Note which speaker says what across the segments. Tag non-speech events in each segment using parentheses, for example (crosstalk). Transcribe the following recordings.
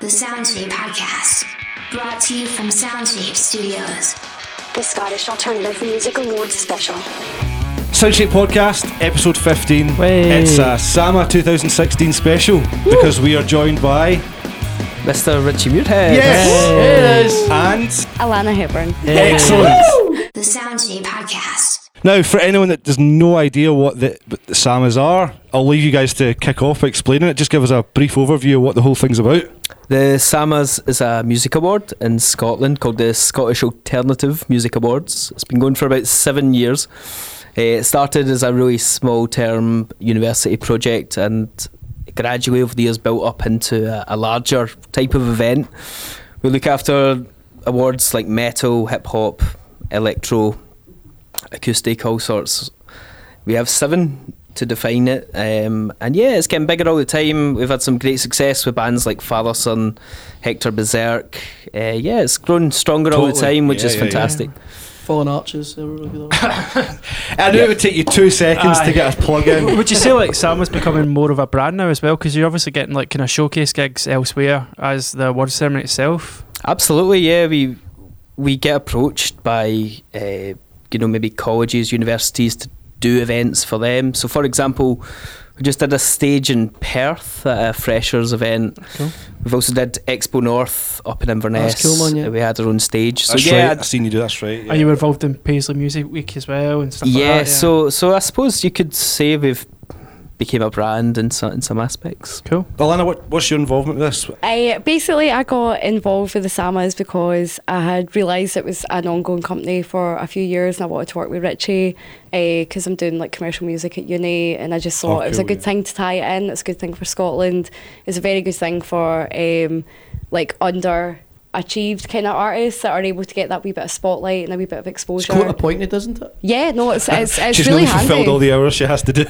Speaker 1: the Soundshape Podcast, brought to you from Soundshape Studios, the Scottish Alternative Music Awards Special.
Speaker 2: Soundshape Podcast, episode 15.
Speaker 3: Way.
Speaker 2: It's a Sama 2016 special because we are joined by.
Speaker 3: Mr. Richie Muirhead.
Speaker 2: Yes! And.
Speaker 4: Alana Hepburn.
Speaker 2: Excellent!
Speaker 1: The Soundshape Podcast.
Speaker 2: Now, for anyone that has no idea what the, what the Samas are, I'll leave you guys to kick off by explaining it. Just give us a brief overview of what the whole thing's about.
Speaker 3: The SAMAs is a music award in Scotland called the Scottish Alternative Music Awards. It's been going for about seven years. Eh, It started as a really small term university project and gradually over the years built up into a, a larger type of event. We look after awards like metal, hip hop, electro, acoustic, all sorts. We have seven to define it, um, and yeah, it's getting bigger all the time. We've had some great success with bands like Father Son, Hector Berserk. Uh, yeah, it's grown stronger all the
Speaker 2: Totally.
Speaker 3: time, which
Speaker 2: Yeah,
Speaker 3: is
Speaker 2: yeah, yeah.
Speaker 3: fantastic.
Speaker 5: Fallen Arches. they were really good.
Speaker 2: I knew it would take you two seconds to
Speaker 5: Aye.
Speaker 2: get a plug (laughs) in.
Speaker 5: (laughs) Would you say like Sam is becoming more of a brand now as well? Because you're obviously getting like kind of showcase gigs elsewhere as the award ceremony itself.
Speaker 3: Absolutely, yeah. We we get approached by uh, you know maybe colleges, universities to do events for them. So, for example, we just did a stage in Perth at a freshers event.
Speaker 5: Cool.
Speaker 3: We've also did Expo North up in Inverness.
Speaker 5: cool, man, yeah.
Speaker 3: We had our own stage. So
Speaker 2: That's
Speaker 3: yeah,
Speaker 2: right. I've seen you do that's right.
Speaker 5: And you were involved in Paisley Music Week as well and stuff
Speaker 3: yeah,
Speaker 5: like that.
Speaker 3: So so I suppose you could say we've became a brand in some in some aspects.
Speaker 5: cool.
Speaker 2: Alana, what, what's your involvement with this?
Speaker 4: I basically I got involved with the Samas because I had realised it was an ongoing company for a few years, and I wanted to work with Richie because I'm doing like commercial music at uni, and I just thought
Speaker 2: Oh,
Speaker 4: it was a
Speaker 2: cool,
Speaker 4: good
Speaker 2: yeah.
Speaker 4: thing to tie it in. It's a good thing for Scotland. It's a very good thing for um, like underachieved kind of artists that are able to get that wee bit of spotlight and a wee bit of
Speaker 6: It's
Speaker 4: exposure.
Speaker 6: quite appointed, isn't it?
Speaker 4: yeah,
Speaker 2: (laughs)
Speaker 4: no, it's it's, it's
Speaker 2: She's
Speaker 4: really
Speaker 2: nearly
Speaker 4: handy.
Speaker 2: fulfilled all the hours she has to do.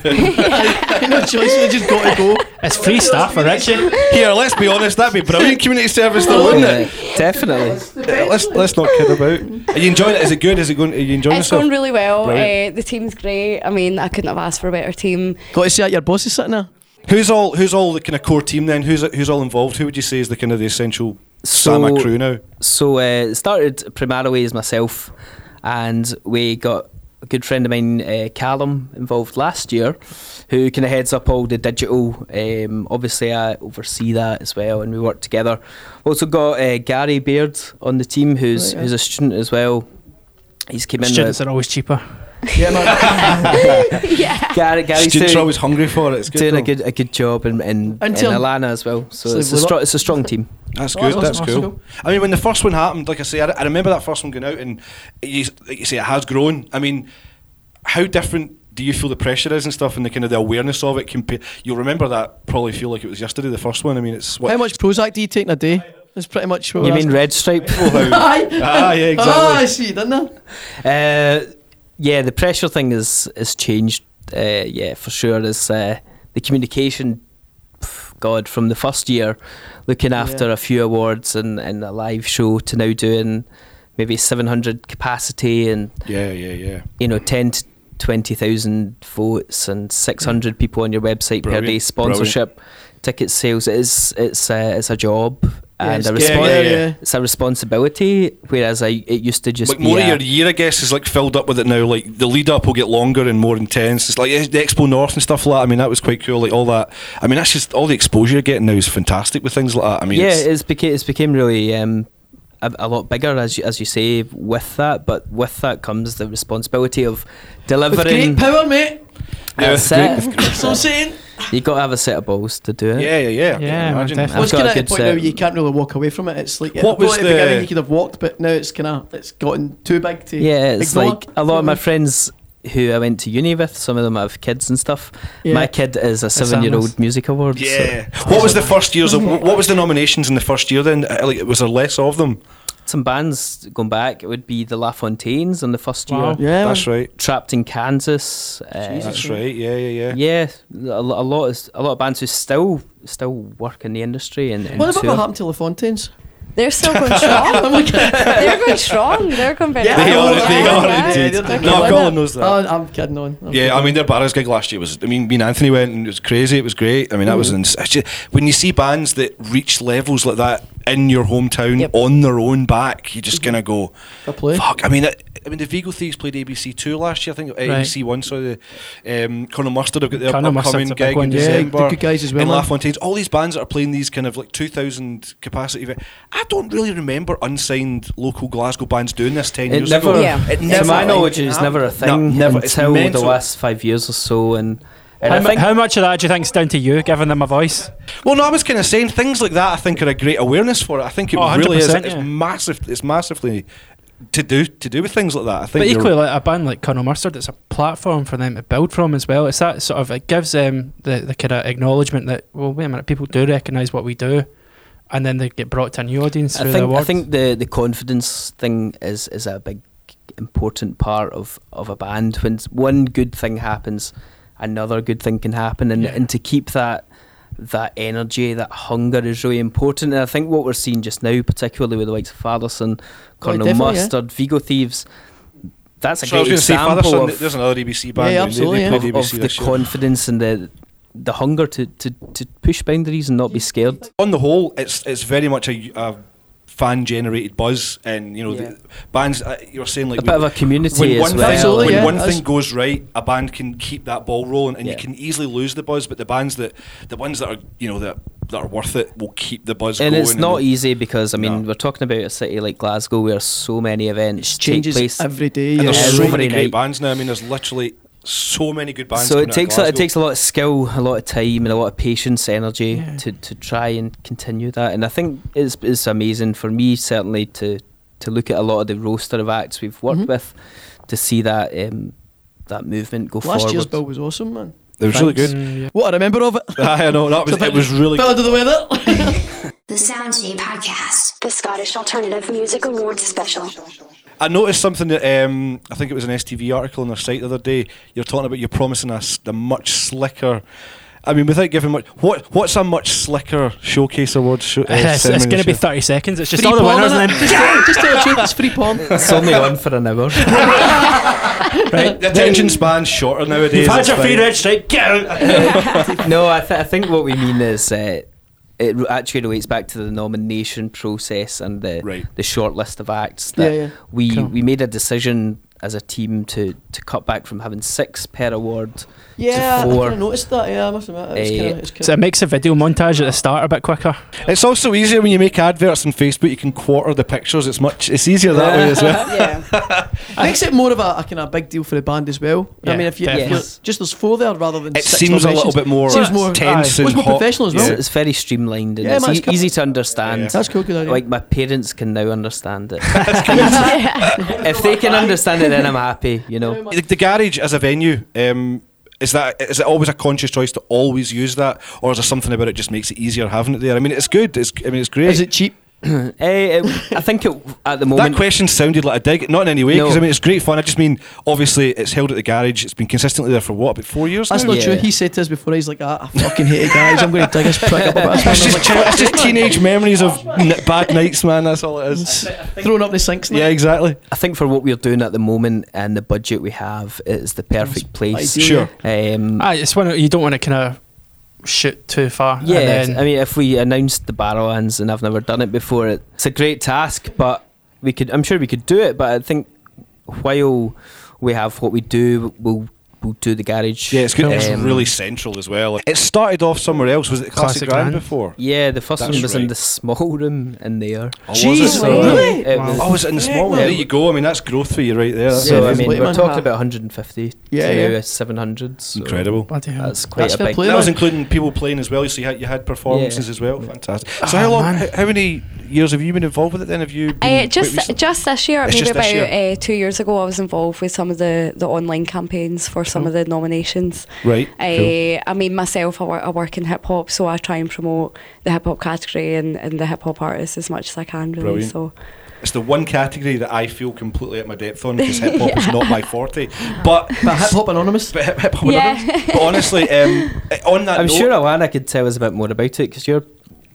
Speaker 6: no choice, they just got to go.
Speaker 5: It's free stuff for Richie.
Speaker 2: Here, let's be honest, that'd be brilliant community service though, wouldn't it?
Speaker 3: Yeah, definitely.
Speaker 2: Yeah, let's let's not kid about. Are you enjoying it? Is it good? Is it going? Are you enjoying
Speaker 4: It's
Speaker 2: yourself?
Speaker 4: going really well. Uh,
Speaker 2: Brilliant.
Speaker 4: the team's great. I mean, I couldn't have asked for a better team.
Speaker 6: Got to see that your boss is sitting there.
Speaker 2: who's all who's all the kind of core team then? Who's who's all involved? Who would you say is the kind of the essential
Speaker 3: So-
Speaker 2: Sama crew now?
Speaker 3: So uh, it started primarily as myself, and we got a good friend of mine, uh, Callum, involved last year, who kind of heads up all the digital. Um, obviously, I oversee that as well, and we work together. We also got uh, Gary Beard on the team, who's
Speaker 6: Right, Oh, yeah.
Speaker 3: who's a student as well. He's came in.
Speaker 5: Students
Speaker 3: with-
Speaker 5: are always cheaper.
Speaker 6: Yeah, man. (laughs)
Speaker 3: Gary, Gary's
Speaker 2: Students are
Speaker 3: doing,
Speaker 2: always hungry for it. It's good.
Speaker 3: doing a
Speaker 2: though.
Speaker 3: good a good job, and and, and
Speaker 6: Until-
Speaker 3: Alana as well. So,
Speaker 6: So
Speaker 3: it's, a
Speaker 6: we've
Speaker 3: stro-
Speaker 6: got-
Speaker 3: it's a strong team.
Speaker 2: That's
Speaker 6: Oh,
Speaker 2: good.
Speaker 6: that's
Speaker 2: That's
Speaker 6: awesome,
Speaker 2: cool.
Speaker 6: cool.
Speaker 2: I mean, when the first one happened, like I say, I, I remember that first one going out, and you, like you say, it has grown. I mean, how different do you feel the pressure is and stuff, and the kind of the awareness of it? Compared, you'll remember that probably feel like it was yesterday. The first one. I mean, it's what.
Speaker 6: How much Prozac do you take in a day? That's pretty much what
Speaker 3: You
Speaker 6: we're
Speaker 3: mean
Speaker 6: asking.
Speaker 3: Red Stripe?
Speaker 6: (laughs) Aye.
Speaker 2: Ah, yeah,
Speaker 6: Ah, I
Speaker 2: exactly.
Speaker 6: see, didn't I?
Speaker 3: Uh, yeah, the pressure thing is is changed. Uh, yeah, for sure. Is uh, the communication? pff, God, from the first year, looking after a few awards and, and a live show to now doing maybe seven hundred capacity and
Speaker 2: yeah, yeah, yeah.
Speaker 3: you know ten to twenty thousand votes and six hundred people on your website per day
Speaker 2: Brilliant,
Speaker 3: sponsorship, ticket sales. It is it's uh, it's a job. and
Speaker 6: it's
Speaker 3: a
Speaker 6: getting
Speaker 3: respons-
Speaker 2: there, yeah.
Speaker 3: it's a responsibility, whereas I it used to just
Speaker 2: like
Speaker 3: be
Speaker 2: more
Speaker 3: a-
Speaker 2: of your year, I guess, is like filled up with it now. Like the lead up will get longer and more intense. It's like eh, the Expo North and stuff like that. I mean, that was quite cool. Like all that. I mean, that's just all the exposure you're getting now is fantastic with things like that. I mean,
Speaker 3: yeah,
Speaker 2: it's,
Speaker 3: it's became it's became really um, a, a lot bigger as you, as you say with that, but with that comes the responsibility of
Speaker 6: With
Speaker 3: delivering.
Speaker 6: great power, mate.
Speaker 2: Yeah,
Speaker 3: That's
Speaker 2: with great-
Speaker 3: it.
Speaker 2: with great
Speaker 6: That's what I'm saying.
Speaker 3: (laughs) You got to have a set of balls to do it.
Speaker 2: yeah, yeah, yeah. I can
Speaker 5: Yeah,
Speaker 2: imagine.
Speaker 5: definitely.
Speaker 6: Well, it's
Speaker 3: got
Speaker 6: kind
Speaker 3: a
Speaker 6: of at
Speaker 3: good
Speaker 6: the point now
Speaker 3: set.
Speaker 6: you can't really walk away from it. It's like
Speaker 2: What was
Speaker 6: at the beginning
Speaker 2: the-
Speaker 6: you could have walked, but now it's kind of it's gotten too big to.
Speaker 3: Yeah, it's
Speaker 6: ignore.
Speaker 3: like a lot of my friends who I went to uni with. Some of them have kids and stuff.
Speaker 6: Yeah.
Speaker 3: My kid is a seven-year-old music award. so-
Speaker 2: Yeah. What was the first years of? wh- What was the nominations in the first year then? Uh, Like, was there less of them?
Speaker 3: some bands going back, it would be the LaFontaines on the first
Speaker 5: Wow.
Speaker 3: year.
Speaker 6: Yeah,
Speaker 2: That's right.
Speaker 3: Trapped in Kansas. uh,
Speaker 2: That's right. Yeah, yeah, yeah.
Speaker 3: yeah, a, lo- a lot of s- a lot of bands who still still work in the industry and, and
Speaker 6: What about
Speaker 3: tour.
Speaker 6: what happened to LaFontaine's?
Speaker 4: They're
Speaker 2: (laughs)
Speaker 4: still going strong.
Speaker 2: Oh
Speaker 6: I'm looking at
Speaker 4: They're going strong. They're going very
Speaker 6: Yeah,
Speaker 2: They
Speaker 6: Oh,
Speaker 2: are,
Speaker 6: yeah,
Speaker 2: they are
Speaker 6: yeah,
Speaker 2: indeed.
Speaker 6: they're not
Speaker 2: no,
Speaker 6: gonna
Speaker 2: Colin knows that.
Speaker 6: Oh, I'm kidding on. I'm kidding
Speaker 2: yeah, I
Speaker 6: on.
Speaker 2: mean, their Barra's gig last year was. I mean, me and Anthony went, and it was crazy. It was great. I mean, that was ins- it's just- when you see bands that reach levels like that in your hometown
Speaker 4: Yep.
Speaker 2: on their own back, you just gonna go.
Speaker 6: Fair play.
Speaker 2: Fuck. I mean, it, I mean, the Vigo Thieves played ABC two last year. I think uh, ABC one. So the um, Colonel Mustard have got their
Speaker 5: Colonel
Speaker 2: upcoming
Speaker 5: Mustard's a big
Speaker 2: gig
Speaker 5: one,
Speaker 2: in
Speaker 5: yeah.
Speaker 2: December.
Speaker 6: The good guys as well,
Speaker 2: And
Speaker 6: man.
Speaker 2: LaFontaine's. All these bands that are playing these kind of like two thousand capacity. event- I don't really remember unsigned local Glasgow bands doing this ten
Speaker 3: It
Speaker 2: years
Speaker 3: never,
Speaker 2: ago.
Speaker 4: Yeah.
Speaker 2: It
Speaker 3: to
Speaker 2: never
Speaker 3: my
Speaker 2: happened.
Speaker 3: knowledge, it was never a thing
Speaker 2: No, never. It's
Speaker 3: until the
Speaker 2: mental.
Speaker 3: last five years or so. And, and
Speaker 5: How,
Speaker 3: I
Speaker 5: mu-
Speaker 3: think
Speaker 5: how much of that do you think's down to you giving them a voice?
Speaker 2: Well, no, I was kind of saying things like that. I think are a great awareness for it. I think it
Speaker 5: Oh,
Speaker 2: really is.
Speaker 5: 100%,
Speaker 2: It's
Speaker 5: yeah.
Speaker 2: massive. It's massively to do to do with things like that. I think.
Speaker 5: But
Speaker 2: you're-
Speaker 5: equally, like a band like Colonel Mustard, it's a platform for them to build from as well. It's that sort of it gives them the, the kind of acknowledgement that well, wait a minute, people do recognise what we do, and then they get brought to a new audience
Speaker 3: I
Speaker 5: through
Speaker 3: think
Speaker 5: the work.
Speaker 3: I think the the confidence thing is is a big important part of of a band. When s- one good thing happens, another good thing can happen, and
Speaker 5: Yeah.
Speaker 3: and to keep that that energy, that hunger is really important. And I think what we're seeing just now, particularly with the likes of Fatherson, Colonel
Speaker 6: Oh, definitely, yeah.
Speaker 3: Mustard, Vigo Thieves, that's a
Speaker 2: So I was
Speaker 3: great
Speaker 2: going to say,
Speaker 3: example
Speaker 2: Fatherson.
Speaker 3: of
Speaker 2: there's another ABC band.
Speaker 6: Yeah,
Speaker 2: and they-
Speaker 6: absolutely,
Speaker 2: They,
Speaker 6: yeah.
Speaker 2: played
Speaker 3: of, of
Speaker 2: ABC
Speaker 3: the
Speaker 2: this year.
Speaker 3: confidence and the the hunger to, to, to push boundaries and not be scared.
Speaker 2: on the whole, it's it's very much a, a fan-generated buzz, and you know,
Speaker 3: Yeah.
Speaker 2: the bands. Uh, you're saying like
Speaker 3: A bit of a community
Speaker 2: when
Speaker 3: as
Speaker 2: one,
Speaker 3: well.
Speaker 2: thing,
Speaker 6: Absolutely,
Speaker 2: when
Speaker 6: yeah.
Speaker 2: one
Speaker 6: That's-
Speaker 2: thing goes right, a band can keep that ball rolling, and
Speaker 3: Yeah.
Speaker 2: you can easily lose the buzz. But the bands that the ones that are you know that that are worth it will keep the buzz
Speaker 3: and
Speaker 2: going.
Speaker 3: it's not
Speaker 2: they'll-
Speaker 3: easy because I mean
Speaker 2: No.
Speaker 3: we're talking about a city like Glasgow where so many events take
Speaker 6: changes
Speaker 3: place.
Speaker 6: every day.
Speaker 2: And
Speaker 6: yeah.
Speaker 2: there's
Speaker 3: Yeah,
Speaker 2: so
Speaker 3: every
Speaker 2: many
Speaker 3: night.
Speaker 2: great bands now. I mean, there's literally so many good bands.
Speaker 3: so
Speaker 2: coming
Speaker 3: it
Speaker 2: out of
Speaker 3: takes a, it
Speaker 2: Glasgow.
Speaker 3: takes a lot of skill, a lot of time, and a lot of patience, energy
Speaker 5: Yeah.
Speaker 3: to, to try and continue that. And I think it's it's amazing for me certainly to to look at a lot of the roster of acts we've worked
Speaker 6: Mhm.
Speaker 3: with to see that um, that movement go
Speaker 6: Last year's
Speaker 3: forward.
Speaker 6: bill was awesome, man.
Speaker 2: It was really good.
Speaker 5: Mm, yeah.
Speaker 6: What I remember of it.
Speaker 2: (laughs) I know that was it was really.
Speaker 6: (laughs) Fell under
Speaker 2: (laughs)
Speaker 6: the weather.
Speaker 1: The Soundcheap Podcast. The Scottish Alternative Music Awards Special.
Speaker 2: I noticed something that um, I think it was an STV article on their site the other day. You're talking about you're promising us the much slicker. I mean, without giving much, what what's a much slicker showcase awards?
Speaker 5: (laughs)
Speaker 2: Show, uh,
Speaker 5: It's,
Speaker 2: ceremony
Speaker 5: going to
Speaker 2: this
Speaker 5: be
Speaker 2: year?
Speaker 5: 30 seconds. It's just
Speaker 6: Free
Speaker 5: all the
Speaker 6: porn,
Speaker 5: winners
Speaker 6: innit?
Speaker 5: and then
Speaker 6: just, just tell a joke, it's
Speaker 2: (laughs)
Speaker 6: free porn.
Speaker 3: it's only on for an hour.
Speaker 5: right.
Speaker 2: (laughs) The attention span's shorter nowadays.
Speaker 5: You've had
Speaker 2: it's
Speaker 5: your
Speaker 2: fine.
Speaker 5: free red strike. Get out.
Speaker 3: no, I, th- I think what we mean is uh, it re- actually relates back to the nomination process and the
Speaker 2: Right.
Speaker 3: the short list of acts that
Speaker 6: Yeah, yeah.
Speaker 3: we
Speaker 5: Cool.
Speaker 3: we made a decision as a team to to cut back from having six per award.
Speaker 6: Yeah, I
Speaker 3: four.
Speaker 6: kind of noticed that. Yeah, I must admit, it's
Speaker 3: Eh,
Speaker 6: kind of it's kind
Speaker 5: So it makes a video montage at the start a bit quicker.
Speaker 2: It's also easier when you make adverts on Facebook. You can quarter the pictures. It's much. It's easier
Speaker 5: (laughs)
Speaker 2: that way as well.
Speaker 4: Yeah.
Speaker 6: of makes it more of a, a kind of big deal for the band as well. I
Speaker 5: Yeah,
Speaker 6: mean, if you
Speaker 5: definitely.
Speaker 6: if you- just there's four there rather than
Speaker 2: It
Speaker 6: six
Speaker 2: seems a little
Speaker 6: nominations.
Speaker 2: bit more,
Speaker 6: Seems more-
Speaker 2: tense
Speaker 5: aye.
Speaker 2: and
Speaker 6: Much more
Speaker 2: hot.
Speaker 6: professional as well.
Speaker 3: It's,
Speaker 2: Yeah.
Speaker 3: it's very streamlined and
Speaker 6: Yeah,
Speaker 3: it's
Speaker 6: man, it's
Speaker 3: e-
Speaker 6: cool.
Speaker 3: easy to understand.
Speaker 2: Yeah.
Speaker 6: That's cool, good idea.
Speaker 3: Like my parents can now understand
Speaker 6: (laughs)
Speaker 3: it. if they can understand it, then I'm happy. You know.
Speaker 2: the, the garage as a venue um, is that is it always a conscious choice to always use that or is there something about it just makes it easier having it there I mean it's good it's I mean it's great
Speaker 6: Is it cheap?
Speaker 3: (clears throat) Eh, it- I think it, at the
Speaker 2: that
Speaker 3: moment
Speaker 2: question sounded like a dig not in any way
Speaker 3: No.
Speaker 2: because I mean it's great fun I just mean obviously it's held at the garage it's been consistently there for what about four years
Speaker 6: That's
Speaker 2: now?
Speaker 6: not
Speaker 3: Yeah.
Speaker 6: true. He said to us before, he's like, ah, I fucking hate it, guys. I'm going to dig this prick up
Speaker 2: (laughs)
Speaker 6: about
Speaker 2: it's
Speaker 6: (laughs)
Speaker 2: just, it's just teenage memories of n- bad nights man that's all it is
Speaker 6: Throwing up the sinks. now.
Speaker 2: yeah exactly
Speaker 3: I think for what we're doing at the moment and the budget we have, it's the perfect place.
Speaker 2: Sure.
Speaker 6: ideal,
Speaker 3: Um,
Speaker 5: Ah, it's one of- you don't want to kind of shoot too far. and
Speaker 3: yeah,
Speaker 5: then-
Speaker 3: I mean, if we announced the Barrowlands and I've never done it before, it- it's a great task, but we could. I'm sure we could do it, but I think while we have what we do, we'll we'll do the garage.
Speaker 2: yeah it's good it's
Speaker 3: Um,
Speaker 2: really central as well it started off somewhere else was it Classic,
Speaker 5: Classic
Speaker 2: Grand
Speaker 5: Grand.
Speaker 2: before
Speaker 3: Yeah, the first
Speaker 2: That's
Speaker 3: one was in
Speaker 2: right.
Speaker 3: the small room in there.
Speaker 2: Or
Speaker 6: Jeez,
Speaker 2: was it?
Speaker 6: really?
Speaker 3: It
Speaker 5: Wow.
Speaker 3: was-
Speaker 2: Oh, was it in the small one?
Speaker 3: Yeah.
Speaker 2: There you go. I mean, that's growth for you right there. That's
Speaker 3: so I
Speaker 6: it's
Speaker 3: mean,
Speaker 6: way
Speaker 3: we're
Speaker 6: man-
Speaker 3: talking about 150.
Speaker 6: Yeah,
Speaker 3: to now
Speaker 6: yeah.
Speaker 3: it's 700. so
Speaker 2: incredible.
Speaker 5: Bloody hell.
Speaker 3: That's quite
Speaker 6: That's
Speaker 3: a
Speaker 6: fair
Speaker 3: big.
Speaker 6: play.
Speaker 2: That was including people playing as well. So you had you had performances
Speaker 3: Yeah. Oh,
Speaker 2: as well. Fantastic. So how long?
Speaker 5: man.
Speaker 2: How, how many years have you been involved with it? Then have you? Been
Speaker 4: Uh, just
Speaker 2: quite
Speaker 4: just this year,
Speaker 2: It's
Speaker 4: maybe
Speaker 2: just this
Speaker 4: about
Speaker 2: year.
Speaker 4: Uh, two years ago, I was involved with some of the, the online campaigns for some of the nominations.
Speaker 2: Right,
Speaker 4: Uh,
Speaker 2: cool.
Speaker 4: I mean, myself, I work, I work in hip hop, so I try and promote the hip hop category and, and the hip hop artists as much as I can, really.
Speaker 2: Brilliant.
Speaker 4: So
Speaker 2: it's the one category that I feel completely at my depth on
Speaker 4: (laughs)
Speaker 2: because hip hop is not my forte. But
Speaker 6: But Hip Hop Anonymous.
Speaker 2: but hip hop.
Speaker 4: Yeah.
Speaker 2: But honestly, um, on that,
Speaker 3: I'm
Speaker 2: note,
Speaker 3: sure Alana could tell us a bit more about it because you're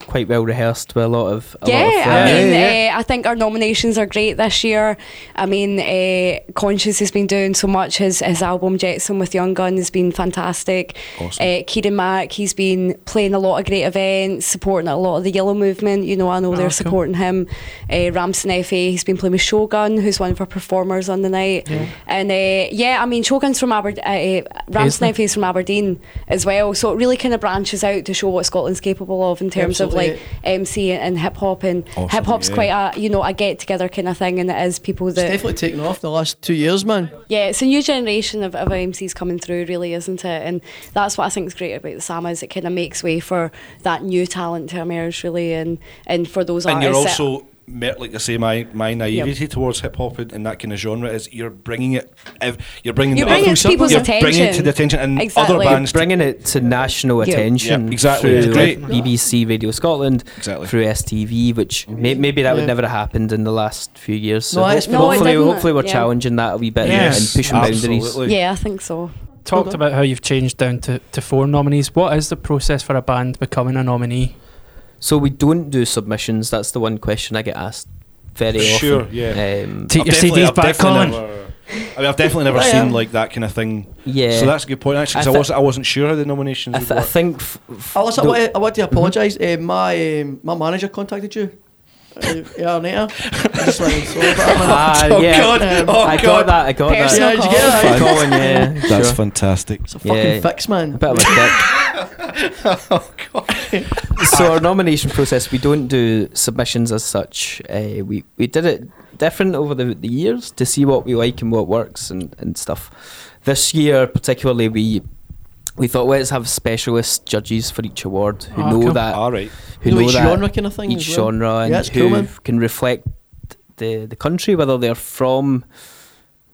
Speaker 3: quite well rehearsed with a lot of. A
Speaker 4: yeah,
Speaker 3: lot of,
Speaker 4: I
Speaker 3: uh,
Speaker 4: mean,
Speaker 2: Yeah, yeah.
Speaker 4: Uh, I think our nominations are great this year. I mean, uh, Conscious has been doing so much. His his album Jetsam with Young Gun has been fantastic.
Speaker 2: Awesome.
Speaker 4: Uh, Kieran Mack, he's been playing a lot of great events, supporting a lot of the Yellow Movement. You know, I know
Speaker 5: Oh,
Speaker 4: they're
Speaker 5: cool.
Speaker 4: supporting him. Uh, Ramson Effie, he's been playing with Shogun, who's one of our performers on the night. And uh, yeah, I mean, Shogun's from Aberdeen. Uh, Ramson
Speaker 5: Paisley.
Speaker 4: Effie's from Aberdeen as well. So it really kind of branches out to show what Scotland's capable of in terms
Speaker 6: Absolutely.
Speaker 4: of like MC and, hip hop, and
Speaker 2: Awesome,
Speaker 4: hip hop's
Speaker 2: yeah.
Speaker 4: quite a you know a get together kind of thing, and it is people
Speaker 6: It's
Speaker 4: that
Speaker 6: definitely taken off the last two years, man.
Speaker 4: yeah, it's a new generation of, of MCs coming through, really, isn't it? And that's what I think is great about the SAMA is it kind of makes way for that new talent to emerge, really, and and for those
Speaker 2: and you're
Speaker 4: artists. that-
Speaker 2: also met, like I say, my my naivety towards hip hop and, and that kind of genre is you're bringing it, ev- you're bringing
Speaker 4: You're
Speaker 2: the
Speaker 4: bringing
Speaker 2: attention-
Speaker 4: people's
Speaker 2: you're bringing it to
Speaker 4: attention.
Speaker 2: the attention and
Speaker 4: Exactly.
Speaker 2: other bands. to-
Speaker 3: bringing it to national
Speaker 4: Yeah.
Speaker 3: attention.
Speaker 2: Yeah, exactly. It's
Speaker 3: Through
Speaker 2: great.
Speaker 3: like, BBC Radio Scotland,
Speaker 2: Exactly.
Speaker 3: through STV, which may, maybe that
Speaker 6: Yeah.
Speaker 3: would never have happened in the last few years. So
Speaker 6: No,
Speaker 3: ho-
Speaker 6: it's been- No, it
Speaker 3: hopefully,
Speaker 4: didn't.
Speaker 3: hopefully we're
Speaker 4: Yeah.
Speaker 3: challenging that a wee bit
Speaker 5: Yes,
Speaker 3: and pushing boundaries.
Speaker 2: absolutely.
Speaker 4: yeah, I think so.
Speaker 5: Talked about how you've changed down to, to four nominees. What is the process for a band becoming a nominee?
Speaker 3: So we don't do submissions. That's the one question I get asked very
Speaker 2: Sure,
Speaker 3: often.
Speaker 2: yeah.
Speaker 3: Um,
Speaker 5: Take your
Speaker 2: definitely-
Speaker 5: CDs back,
Speaker 2: definitely
Speaker 5: Colin.
Speaker 2: never- I mean, I've definitely never
Speaker 6: Yeah.
Speaker 2: seen like that kind of thing.
Speaker 3: yeah.
Speaker 2: So that's a good point actually. 'cause
Speaker 3: I
Speaker 2: I,
Speaker 3: thi-
Speaker 2: wasn't I wasn't sure how the nominations
Speaker 3: I,
Speaker 2: would
Speaker 3: th- I
Speaker 2: work.
Speaker 3: think. F- f-
Speaker 4: Oh,
Speaker 6: Alice, Oh, I
Speaker 3: no-
Speaker 6: want to, I want to apologise. Uh, my um, my manager contacted you. Uh, yeah, later. I just wanted to sorry about
Speaker 3: (laughs)
Speaker 4: (laughs)
Speaker 6: that.
Speaker 3: Ah,
Speaker 2: Oh
Speaker 3: yeah.
Speaker 2: God!
Speaker 6: Um,
Speaker 2: Oh
Speaker 3: I
Speaker 2: God!
Speaker 3: got that. I got
Speaker 6: Yeah,
Speaker 3: that.
Speaker 4: Personal
Speaker 6: did you get that?
Speaker 2: Fine.
Speaker 3: Colin, yeah.
Speaker 2: (laughs) That's
Speaker 3: sure.
Speaker 2: fantastic.
Speaker 6: It's a fucking
Speaker 3: Yeah.
Speaker 6: fix,
Speaker 3: A
Speaker 6: man.
Speaker 3: bit of a dick. so our nomination process, we don't do submissions as such. Uh, we we did it different over the, the years to see what we like and what works and, and stuff. This year, particularly, we we thought let's have specialist judges for each award who
Speaker 5: Ah,
Speaker 3: know
Speaker 5: cool.
Speaker 3: that
Speaker 2: All right.
Speaker 3: who
Speaker 6: You know,
Speaker 3: know
Speaker 6: each
Speaker 3: that
Speaker 6: genre kind of thing.
Speaker 3: each
Speaker 6: as well.
Speaker 3: genre and
Speaker 6: Yeah, it's
Speaker 3: who
Speaker 6: cool, man.
Speaker 3: can reflect the the country, whether they're from.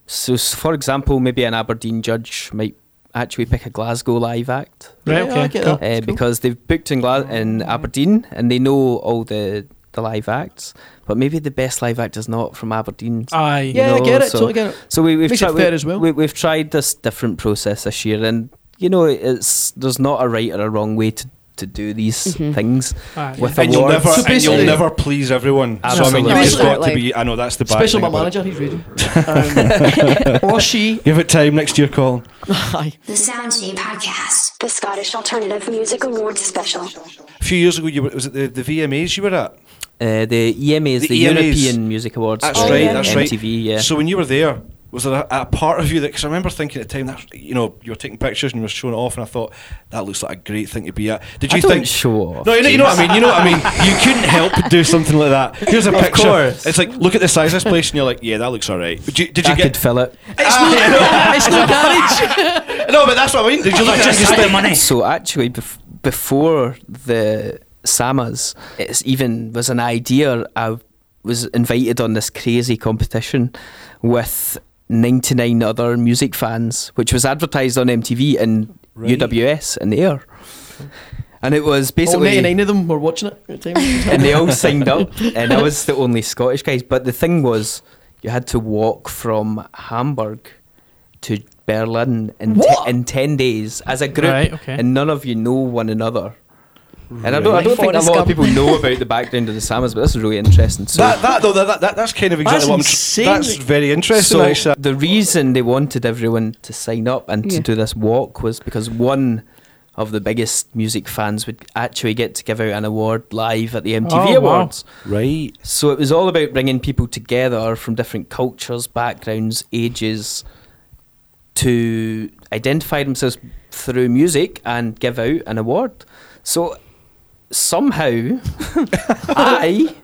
Speaker 3: So, s- for example, maybe an Aberdeen judge might actually pick a Glasgow live act
Speaker 5: Right,
Speaker 6: Yeah, I
Speaker 5: okay,
Speaker 6: get
Speaker 5: cool.
Speaker 6: that.
Speaker 3: uh,
Speaker 6: It's cool.
Speaker 3: because they've booked in Gla- in Aberdeen and they know all the the live acts, but maybe the best live act is not from Aberdeen.
Speaker 5: Aye.
Speaker 6: yeah, I
Speaker 3: know,
Speaker 6: get it.
Speaker 3: so-
Speaker 6: totally get it.
Speaker 3: So we, we've
Speaker 6: Ah, Makes it
Speaker 3: tried
Speaker 6: fair
Speaker 3: we,
Speaker 6: as well.
Speaker 3: We, we've tried this different process this year, and you know, it's there's not a right or a wrong way to, to do these
Speaker 6: Mm-hmm.
Speaker 4: Mhm.
Speaker 3: things.
Speaker 5: Aye.
Speaker 3: With
Speaker 2: And you'll
Speaker 3: awards.
Speaker 2: never
Speaker 6: So
Speaker 2: and you'll
Speaker 6: basically-
Speaker 2: never please everyone. So I mean,
Speaker 3: Absolutely.
Speaker 2: you've just got to
Speaker 4: Absolutely.
Speaker 2: be. I know that's the bad
Speaker 6: Special my
Speaker 2: thing about it.
Speaker 6: manager, he's reading.
Speaker 2: (laughs)
Speaker 6: Um, or she.
Speaker 2: Give it time next year, Colin.
Speaker 6: Aye.
Speaker 1: The Soundstage Podcast. The Scottish Alternative Music Awards Special.
Speaker 2: A few years ago, you were, was it the, the VMAs you were at?
Speaker 3: Uh, the EMA is
Speaker 2: The
Speaker 3: the,
Speaker 2: EMAs.
Speaker 3: European Music Awards.
Speaker 2: That's
Speaker 3: for
Speaker 2: right.
Speaker 4: yeah.
Speaker 2: That's right.
Speaker 3: MTV, yeah.
Speaker 2: Oh, So when you were there, was there a, a part of you that? Because I remember thinking at the time that you know you were taking pictures and you were showing it off, and I thought that looks like a great thing to be at. Did
Speaker 3: I
Speaker 2: you
Speaker 3: don't
Speaker 2: think?
Speaker 3: show off,
Speaker 2: No, you know, you know what I mean. You know what I mean. You couldn't help but do something like that. Here's a picture.
Speaker 3: course.
Speaker 2: It's like look at the size of this place, and you're like, yeah, that looks alright. Did you, did you
Speaker 3: I
Speaker 2: get?
Speaker 3: could
Speaker 2: (coughs)
Speaker 3: fill it.
Speaker 6: It's no garage.
Speaker 2: (laughs) no, but that's what I mean. Did you look at this thing?
Speaker 3: (laughs) So actually, bef- before the Samas, it's even was an idea. I was invited on this crazy competition with 99 other music fans, which was advertised on MTV and
Speaker 2: Right.
Speaker 3: UWS in the air. And it was
Speaker 6: All
Speaker 2: Oh,
Speaker 3: basically
Speaker 6: 99 of them were watching it at
Speaker 3: (laughs)
Speaker 6: the time.
Speaker 3: and they all signed up, and I was the only Scottish guys. But the thing was, you had to walk from Hamburg to Berlin in, te-
Speaker 6: What?
Speaker 3: in ten days as a group,
Speaker 5: Right, okay.
Speaker 3: and none of you know one another. And I don't, I don't think a
Speaker 4: Forrest
Speaker 3: lot of
Speaker 4: Gump.
Speaker 3: people know about the background of the Samas, but this is really interesting. So,
Speaker 2: That, that, though, that, that, that's kind of exactly
Speaker 6: That's
Speaker 2: what I'm.
Speaker 6: insane.
Speaker 2: That's very interesting,
Speaker 3: so
Speaker 2: actually.
Speaker 3: the reason they wanted everyone to sign up and to
Speaker 4: Yeah.
Speaker 3: do this walk was because one of the biggest music fans would actually get to give out an award live at the MTV
Speaker 5: Oh, wow.
Speaker 3: Awards.
Speaker 2: Right.
Speaker 3: So it was all about bringing people together from different cultures, backgrounds, ages to identify themselves through music and give out an award. So
Speaker 6: (laughs)
Speaker 3: somehow I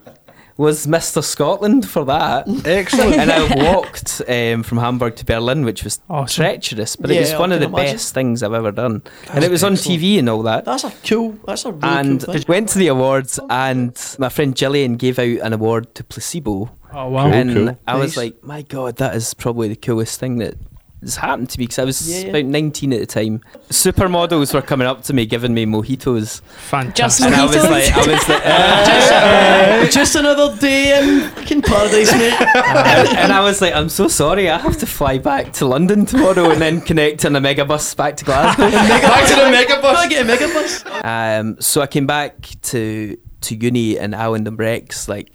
Speaker 3: was Mr. Scotland for that.
Speaker 2: Excellent.
Speaker 3: and I walked um, from Hamburg to Berlin, which was
Speaker 5: Awesome.
Speaker 3: treacherous, but it
Speaker 6: Yeah,
Speaker 3: was
Speaker 6: I
Speaker 3: one of
Speaker 6: can
Speaker 3: the
Speaker 6: imagine.
Speaker 3: best things I've ever done. and it was on TV and all that
Speaker 6: That's a cool. That's a really
Speaker 3: and
Speaker 6: cool thing.
Speaker 3: went to the awards and my friend Gillian gave out an award to placebo
Speaker 5: Oh, wow.
Speaker 3: and
Speaker 2: cool.
Speaker 3: I was
Speaker 6: Nice.
Speaker 3: like my god that is probably the coolest thing that has happened to me because I was
Speaker 6: Yeah, yeah.
Speaker 3: about 19 at the time supermodels were coming up to me giving me mojitos
Speaker 5: Fantastic.
Speaker 3: and I was
Speaker 4: Mojitos?
Speaker 3: like I was like uh,
Speaker 6: (laughs) Just, just another day in fucking paradise,
Speaker 3: (laughs)
Speaker 6: mate.
Speaker 3: and, and I was like I'm so sorry I have to fly back to London tomorrow and then connect on a megabus back
Speaker 6: (laughs)
Speaker 3: to Glasgow
Speaker 2: Back to the mega
Speaker 6: Can I get a megabus?
Speaker 3: Um, so I came back to to uni in Allen and Brex, like,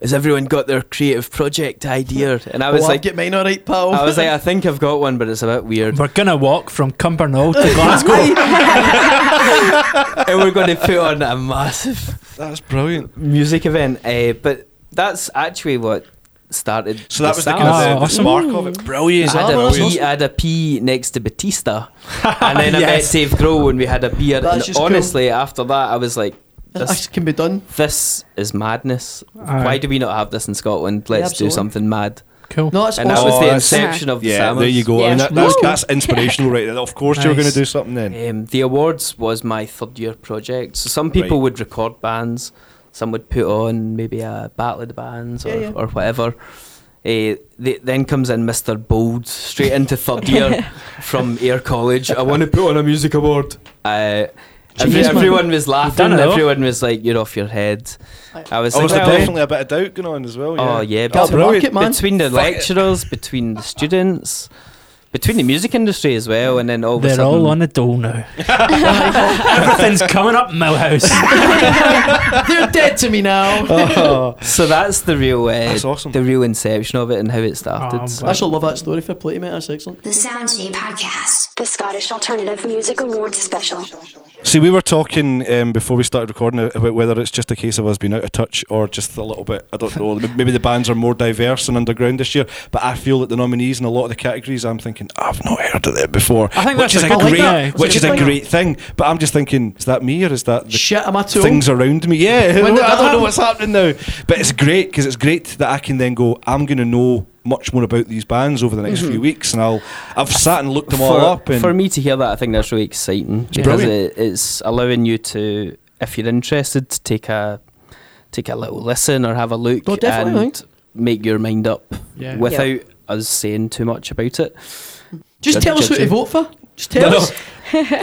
Speaker 3: has everyone got their creative project idea? And I was
Speaker 6: Well, Oh, I'll
Speaker 3: like,
Speaker 6: get mine all right, pal.
Speaker 3: I was like, I think I've got one, but it's a bit weird.
Speaker 5: (laughs) We're gonna walk
Speaker 3: (laughs)
Speaker 5: from Cumbernauld to Glasgow.
Speaker 3: and we're going to put on a massive
Speaker 2: That's brilliant.
Speaker 3: music event. Uh, but that's actually what started.
Speaker 2: So that was the
Speaker 3: sound.
Speaker 2: kind of the,
Speaker 5: Oh,
Speaker 2: the
Speaker 5: awesome.
Speaker 2: spark of it.
Speaker 3: I
Speaker 2: Brilliant.
Speaker 3: had, a
Speaker 2: Brilliant.
Speaker 3: P, I had a P next to
Speaker 5: (laughs)
Speaker 3: Batista, and then I met
Speaker 5: Yes.
Speaker 3: Dave Grohl when we had a beer.
Speaker 6: That's
Speaker 3: And
Speaker 6: just cool.
Speaker 3: honestly, after that, I was like,
Speaker 6: (laughs) That
Speaker 3: this,
Speaker 6: actually can be done.
Speaker 3: this is madness.
Speaker 5: Aye.
Speaker 3: Why do we not have this in Scotland? Let's do
Speaker 6: absolutely.
Speaker 3: something mad.
Speaker 5: cool.
Speaker 6: No, that's
Speaker 3: And that
Speaker 6: awesome.
Speaker 3: was
Speaker 2: Oh,
Speaker 3: the
Speaker 2: that's-
Speaker 3: inception of the
Speaker 2: Yeah,
Speaker 3: Samus.
Speaker 2: there you go.
Speaker 4: Yeah.
Speaker 2: And that, that's,
Speaker 4: Woo.
Speaker 2: that's inspirational right there. Of course you were going
Speaker 5: Nice.
Speaker 2: to do something then.
Speaker 3: Um, the awards was my third year project. So some people
Speaker 2: Right.
Speaker 3: would record bands, some would put on maybe a battle of the bands or,
Speaker 6: Yeah, yeah.
Speaker 3: or whatever. Uh, the, then comes in Mr. Bold straight into third year from Air College. I want to put on a music award. Uh, every-
Speaker 5: Jeez, man.
Speaker 3: everyone was laughing.
Speaker 5: done it all.
Speaker 3: Everyone was like, "You're off your head." I was
Speaker 2: Oh,
Speaker 3: like,
Speaker 2: was there
Speaker 3: "Well,
Speaker 2: definitely a bit of doubt going on as well? Yeah.
Speaker 3: "Oh yeah,
Speaker 6: Got to
Speaker 3: but
Speaker 6: market, man.
Speaker 3: between the lecturers, between the students, between the music industry as well, and then all of a
Speaker 5: They're
Speaker 3: sudden,
Speaker 5: all on a
Speaker 3: (laughs)
Speaker 5: dole now. Everything's coming up Millhouse.
Speaker 3: (laughs)
Speaker 6: They're dead to me now.
Speaker 3: Oh. So that's the real. Uh,
Speaker 2: That's awesome.
Speaker 3: The real inception of it and how it started.
Speaker 5: Oh,
Speaker 3: So-
Speaker 6: I shall love that story for play, mate. That's excellent.
Speaker 1: The Soundshape Podcast. The Scottish Alternative Music Awards Special.
Speaker 2: See, we were talking um, before we started recording about whether it's just a case of us being out of touch or just a little bit. I don't know. m- Maybe the bands are more diverse and underground this year, but I feel that the nominees in a lot of the categories, I'm thinking I've not heard of them before.
Speaker 5: I think
Speaker 2: which is
Speaker 5: that's a
Speaker 2: a
Speaker 5: good- I like
Speaker 2: great,
Speaker 5: that. It's a
Speaker 2: which
Speaker 5: good
Speaker 2: is a
Speaker 5: thing.
Speaker 2: great thing. But I'm just thinking, is that me or is that the
Speaker 6: Shit, am I too
Speaker 2: things
Speaker 6: old?
Speaker 2: around me? Yeah,
Speaker 6: When did
Speaker 2: (laughs) I
Speaker 6: that
Speaker 2: don't know
Speaker 6: happen?
Speaker 2: what's happening now. But it's great because it's great that I can then go. I'm going to know much more about these bands over the
Speaker 5: Mm-hmm.
Speaker 2: next few weeks, and I'll I've sat and looked them
Speaker 3: for,
Speaker 2: all up. And
Speaker 3: for me to hear that, I think that's really exciting because
Speaker 2: brilliant.
Speaker 3: it, it's allowing you to, if you're interested, to take a take a little listen or have a look
Speaker 6: Oh, definitely, I
Speaker 3: and make your mind up
Speaker 5: Yeah.
Speaker 3: without us saying too much
Speaker 2: (laughs)
Speaker 3: about it.
Speaker 6: Just
Speaker 3: Judge-
Speaker 6: tell us who to
Speaker 3: judging.
Speaker 6: vote for. Just tell
Speaker 3: No,
Speaker 6: us.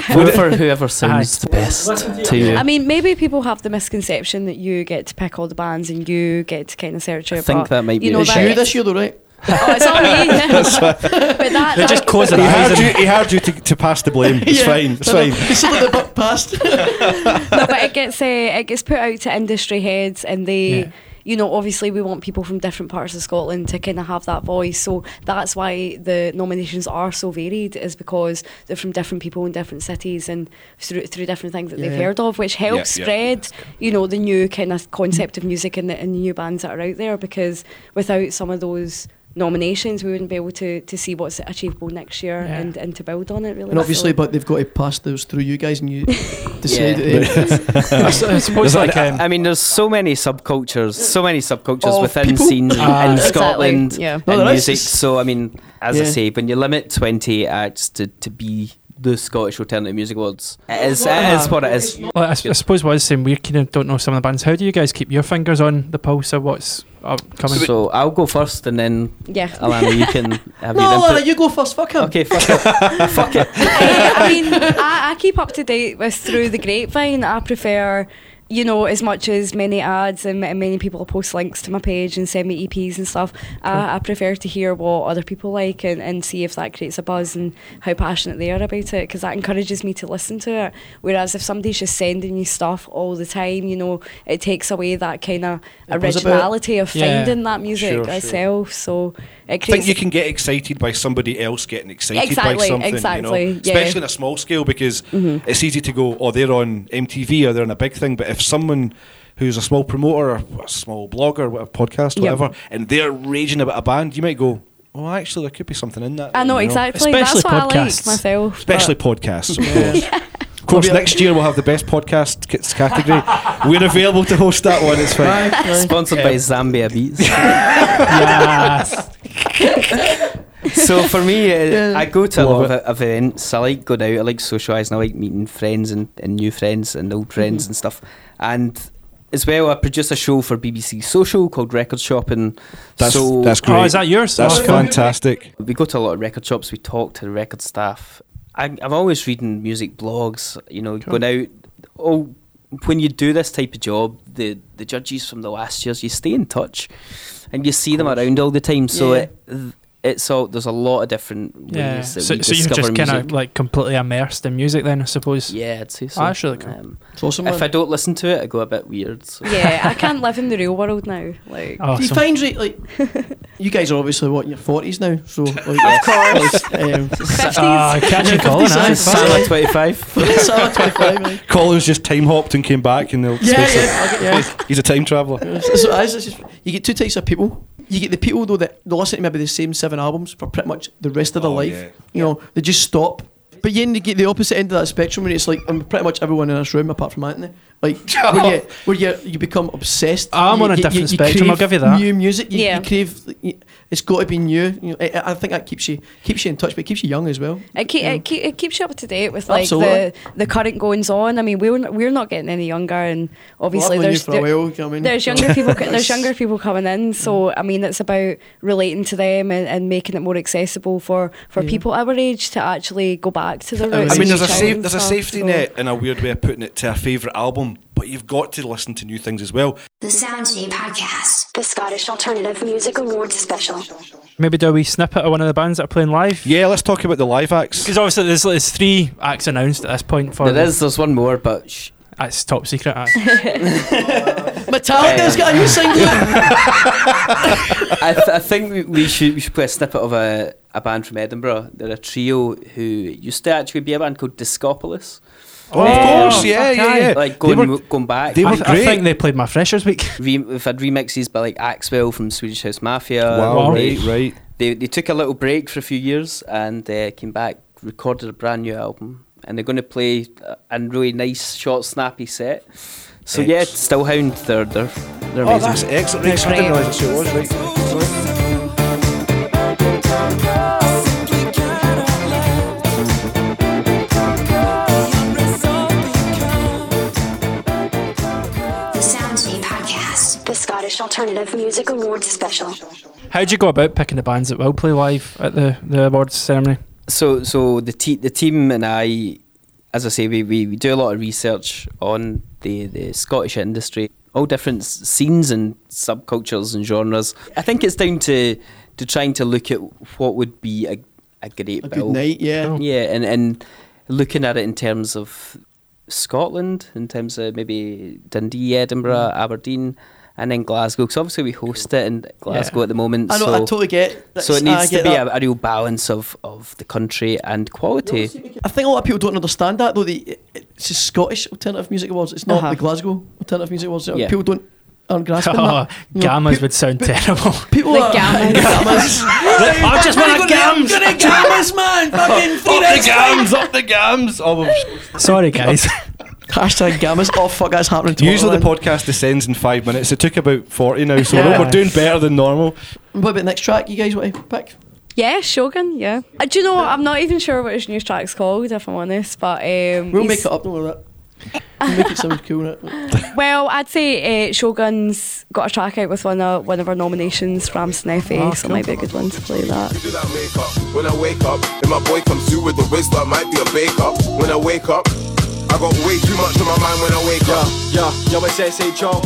Speaker 3: Vote for whoever sounds
Speaker 5: Aye.
Speaker 3: the best to you.
Speaker 4: I mean, maybe people have the misconception that you get to pick all the bands and you get to kind of search
Speaker 3: I
Speaker 4: it.
Speaker 3: think
Speaker 4: but
Speaker 3: that might be
Speaker 4: you know
Speaker 3: the
Speaker 6: It's
Speaker 4: that
Speaker 6: you this year, though, right?
Speaker 4: Oh, it's
Speaker 2: (laughs)
Speaker 4: on me. (laughs) but that,
Speaker 5: They
Speaker 4: that
Speaker 5: just close their
Speaker 2: He
Speaker 5: eyes.
Speaker 2: hired
Speaker 5: and-
Speaker 2: you, he hired you to, to pass the blame. It's
Speaker 4: (laughs)
Speaker 6: Yeah.
Speaker 2: fine. It's
Speaker 6: No, no,
Speaker 2: fine.
Speaker 6: They said the
Speaker 3: (laughs)
Speaker 6: buck passed.
Speaker 4: no, but it gets uh, it gets put out to industry heads, and they,
Speaker 5: Yeah.
Speaker 4: you know, obviously we want people from different parts of Scotland to kind of have that voice. So that's why the nominations are so varied, is because they're from different people in different cities and through through different things that they've
Speaker 6: Yeah.
Speaker 4: heard of, which helps
Speaker 2: yeah.
Speaker 4: spread, you know, the new kind of concept of music and the, and the new bands that are out there. Because without some of those nominations, we wouldn't be able to to see what's achievable next year
Speaker 5: Yeah.
Speaker 4: and and to build on it really.
Speaker 6: And obviously,
Speaker 4: So-
Speaker 6: but they've got to pass those through you
Speaker 3: (laughs)
Speaker 6: guys, and you decide.
Speaker 3: Yeah.
Speaker 6: eh,
Speaker 5: I s- I suppose like um,
Speaker 3: (laughs) I mean, there's so many subcultures, so many subcultures
Speaker 6: Of
Speaker 3: within
Speaker 6: people?
Speaker 3: scenes
Speaker 5: Ah.
Speaker 3: in
Speaker 5: Exactly,
Speaker 3: Scotland
Speaker 4: yeah.
Speaker 3: and
Speaker 6: No, there is.
Speaker 3: music. So, I mean, as I
Speaker 6: Yeah.
Speaker 3: say, when you limit 20 acts to, to be the Scottish Alternative Music Awards, it is, it is what it is.
Speaker 5: well, I, s- I suppose what I was saying, we kind of don't know some of the bands. How do you guys keep your fingers on the pulse of what's up coming?
Speaker 3: So, I'll go first and then,
Speaker 4: yeah.
Speaker 3: Alana, you can have
Speaker 6: (laughs) No,
Speaker 3: your input.
Speaker 6: Lara, you go first. Fuck him.
Speaker 3: Okay, fuck
Speaker 6: (laughs)
Speaker 3: it. fuck it.
Speaker 4: I I mean, I, I keep up to date with through the grapevine. I prefer, you know, as much as many ads and, and many people post links to my page and send me EPs and stuff. I, I prefer to hear what other people like and, and see if that creates a buzz and how passionate they are about it because that encourages me to listen to it. Whereas if somebody's just sending you stuff all the time, you know, it takes away that kind of
Speaker 6: The buzz about it.
Speaker 4: originality of
Speaker 5: Yeah.
Speaker 4: finding that music
Speaker 2: Sure, sure.
Speaker 4: itself. So it
Speaker 2: I think
Speaker 4: creates.
Speaker 2: you can get excited by somebody else getting excited by
Speaker 4: Exactly,
Speaker 2: something,
Speaker 4: exactly,
Speaker 2: you know,
Speaker 4: yeah. Mm-hmm.
Speaker 2: especially on a small scale because it's easy to go, oh, they're on MTV or they're on a big thing. But if someone who's a small promoter or a small blogger, what- a podcast,
Speaker 4: Yep.
Speaker 2: whatever, and they're raging about a band, you might go, oh, actually, there could be something in that.
Speaker 4: I know
Speaker 2: you
Speaker 4: exactly.
Speaker 5: Especially
Speaker 4: That's what I like
Speaker 5: podcasts.
Speaker 4: myself. but-
Speaker 2: Especially podcasts, of course.
Speaker 4: (laughs)
Speaker 2: Of course,
Speaker 6: We'll be-
Speaker 2: next year we'll have the best podcast c- category. We're available to host that one. It's fine.
Speaker 6: Aye, aye.
Speaker 3: Sponsored by Zambia Beats. so for me, uh,
Speaker 6: Yeah.
Speaker 3: I go to a
Speaker 2: Love
Speaker 3: lot of e-, events. I like going out. I like socialising. I like meeting friends and, and new friends and old friends and stuff. And as well, I produce a show for BBC Social called Record Shop. And
Speaker 2: That's,
Speaker 3: so
Speaker 2: that's great.
Speaker 5: Oh, is that yours?
Speaker 2: That's
Speaker 5: Oh, cool.
Speaker 2: fantastic.
Speaker 3: we go to a lot of record shops. We talk to the record staff. I, I'm always reading music blogs. You know,
Speaker 5: Cool.
Speaker 3: going out. Oh, when you do this type of job, the the judges from the last years, you stay in touch, and you see them around all the time. So
Speaker 6: Yeah.
Speaker 3: it, it's all there's a lot of different ways
Speaker 5: Yeah.
Speaker 3: that
Speaker 5: So,
Speaker 3: we
Speaker 5: so you're
Speaker 3: discover
Speaker 5: just kind
Speaker 3: music.
Speaker 5: of like completely immersed in music then, I suppose.
Speaker 3: yeah, I'd say so.
Speaker 5: that's really cool.
Speaker 3: Um,
Speaker 6: It's awesome.
Speaker 3: if
Speaker 6: man.
Speaker 3: I don't listen to it, I go a bit weird. So.
Speaker 4: yeah, I can't live in the real world now. Like,
Speaker 5: Oh,
Speaker 6: Do you
Speaker 5: some-
Speaker 6: find re- like you guys are obviously what in your forties now, so like, (laughs) of course. um,
Speaker 5: Ah,
Speaker 3: (laughs)
Speaker 5: catch you calling, aye.
Speaker 6: Fifty cents.
Speaker 5: Fuck.
Speaker 3: Silent
Speaker 5: (laughs)
Speaker 3: 25.
Speaker 6: so I'm 25, like,
Speaker 2: Collins just time hopped and came back, and they'll
Speaker 6: yeah,
Speaker 2: space it.
Speaker 6: yeah, yeah.
Speaker 2: he's a time
Speaker 6: (laughs)
Speaker 2: traveller.
Speaker 6: So, so as it's just, you get two types of people. You get the people though that they listen to maybe the same seven albums for pretty much the rest of their
Speaker 2: Oh,
Speaker 6: life.
Speaker 2: yeah.
Speaker 6: You know, they just stop. But then you get the opposite end of that spectrum where it's like um, pretty much everyone in this room apart from Anthony, like where, you, where you you become obsessed.
Speaker 5: I'm
Speaker 6: You-
Speaker 5: on a
Speaker 6: you-
Speaker 5: different
Speaker 6: you
Speaker 5: spectrum, I'll
Speaker 6: crave
Speaker 5: give you that.
Speaker 6: New music, you,
Speaker 4: Yeah.
Speaker 6: you crave. you- it's got to be new. You know, I, I- I think that keeps you keeps you in touch, but it keeps you young as well.
Speaker 4: It, keep, it, keep, it keeps you up to date with like
Speaker 6: Absolutely.
Speaker 4: the, the current goings on. I mean, we're not, we're not getting any younger, and obviously
Speaker 6: Well, I've known you
Speaker 4: there's
Speaker 6: for a
Speaker 4: there-
Speaker 6: while, you know what I mean?
Speaker 4: there's
Speaker 2: (laughs)
Speaker 4: younger people co- there's younger people coming in.
Speaker 2: Mm.
Speaker 4: So I mean, it's about relating to them and, and making it more accessible for, for people our age to actually go back to their roots.
Speaker 2: I mean,
Speaker 4: and
Speaker 2: there's a
Speaker 4: reach out
Speaker 2: safe,
Speaker 4: and
Speaker 2: there's a
Speaker 4: stuff,
Speaker 2: safety
Speaker 4: so-
Speaker 2: net in a weird way of putting it to a favourite album, but you've got to listen to new things as well.
Speaker 1: The Soundcheap Podcast. The Scottish Alternative Music Awards Special.
Speaker 5: maybe do a wee snippet of one of the bands that are playing live.
Speaker 2: Yeah, let's talk about the live acts.
Speaker 5: Because obviously there's, there's three acts announced at this point for
Speaker 3: There is, there's one more, but shh.
Speaker 5: That's top secret act.
Speaker 2: (laughs)
Speaker 6: Metallica's got a (laughs) new single.
Speaker 3: I, th- I think we- we should we should play a snippet of a, a band from Edinburgh. They're a trio who used to actually be a band called Discopolis.
Speaker 2: Oh,
Speaker 3: Yeah.
Speaker 2: of course, yeah,
Speaker 5: Okay.
Speaker 2: yeah, yeah.
Speaker 3: Like
Speaker 2: They
Speaker 3: going
Speaker 2: were-
Speaker 3: going back.
Speaker 2: they
Speaker 5: I,
Speaker 2: were
Speaker 5: th- I
Speaker 2: great.
Speaker 5: think they played my freshers week. (laughs)
Speaker 3: Re- we've had remixes by like Axwell from Swedish House Mafia.
Speaker 2: wow,
Speaker 5: Wow.
Speaker 2: right,
Speaker 3: They-
Speaker 2: right.
Speaker 3: They they took a little break for a few years and uh, came back, recorded a brand new album, and they're going to play a, a really nice, short, snappy set. So yeah,
Speaker 2: Excellent.
Speaker 3: Still Hound, they're they're, they're
Speaker 2: Oh,
Speaker 3: amazing.
Speaker 2: that's excellent. Right, so I didn't realise that's who it was. Right. Sorry.
Speaker 1: The Soundcheap Podcast. The Scottish Alternative Music Awards Special.
Speaker 5: How would you go about picking the bands that will play live at the, the awards ceremony?
Speaker 3: So, so the te- the team and I, as I say, we, we, we do a lot of research on the, the Scottish industry, all different s- scenes and subcultures and genres. I think it's down to to trying to look at what would be a, a great
Speaker 6: a good
Speaker 3: bill.
Speaker 6: night, yeah.
Speaker 3: Yeah, and, and looking at it in terms of Scotland, in terms of maybe Dundee,
Speaker 6: Mm.
Speaker 3: Edinburgh, Aberdeen, and then Glasgow. Because obviously we host it in Glasgow
Speaker 5: Yeah.
Speaker 3: at the moment.
Speaker 6: I know.
Speaker 3: so
Speaker 6: I totally get.
Speaker 3: so
Speaker 6: that's-
Speaker 3: it
Speaker 6: I
Speaker 3: needs to
Speaker 6: uh, get
Speaker 3: be
Speaker 6: that.
Speaker 3: a, a real balance of, of the country and quality.
Speaker 6: I think a lot of people don't understand that though. The, it's the Scottish Alternative Music Awards. It's not
Speaker 5: Uh-huh.
Speaker 6: the Glasgow Alternative Music Awards.
Speaker 3: Yeah.
Speaker 6: People don't aren't grasping
Speaker 5: (laughs) Oh,
Speaker 6: that. You know,
Speaker 5: gammas
Speaker 6: pe-
Speaker 5: would sound terrible.
Speaker 6: People
Speaker 4: The
Speaker 6: are
Speaker 4: gammas.
Speaker 6: (laughs) gammas.
Speaker 5: I just want a gams.
Speaker 6: Gonna gammas, man. Fucking three
Speaker 2: Up the
Speaker 6: days.
Speaker 2: gams, up the gams. Oh, we've-
Speaker 3: (laughs)
Speaker 5: Sorry, guys.
Speaker 6: Hashtag gammas. Oh fuck, that's happening. tomorrow,
Speaker 2: Usually the
Speaker 6: man.
Speaker 2: podcast descends in five minutes. It took about 40 now, so we're-
Speaker 5: Yeah.
Speaker 2: we're doing better than normal.
Speaker 6: What about next track? You guys want to pick?
Speaker 4: Yeah, Shogun. Yeah. Uh, do you know? what? I'm not even sure what his new track's called, if I'm honest. But um,
Speaker 6: We'll
Speaker 4: he's-
Speaker 6: make it up. Don't worry about that. We'll make it sound cool. innit?
Speaker 4: Well, I'd say uh, Shogun's got a track out with one of one of our nominations from Sniffy, so it might be a good one to play that.
Speaker 7: do that makeup. When I wake up, if my boy comes through with the wisdom, I might be a bake up. When I wake up, I got way too much on my mind when I wake up.
Speaker 8: Yeah, yo, it's SHO.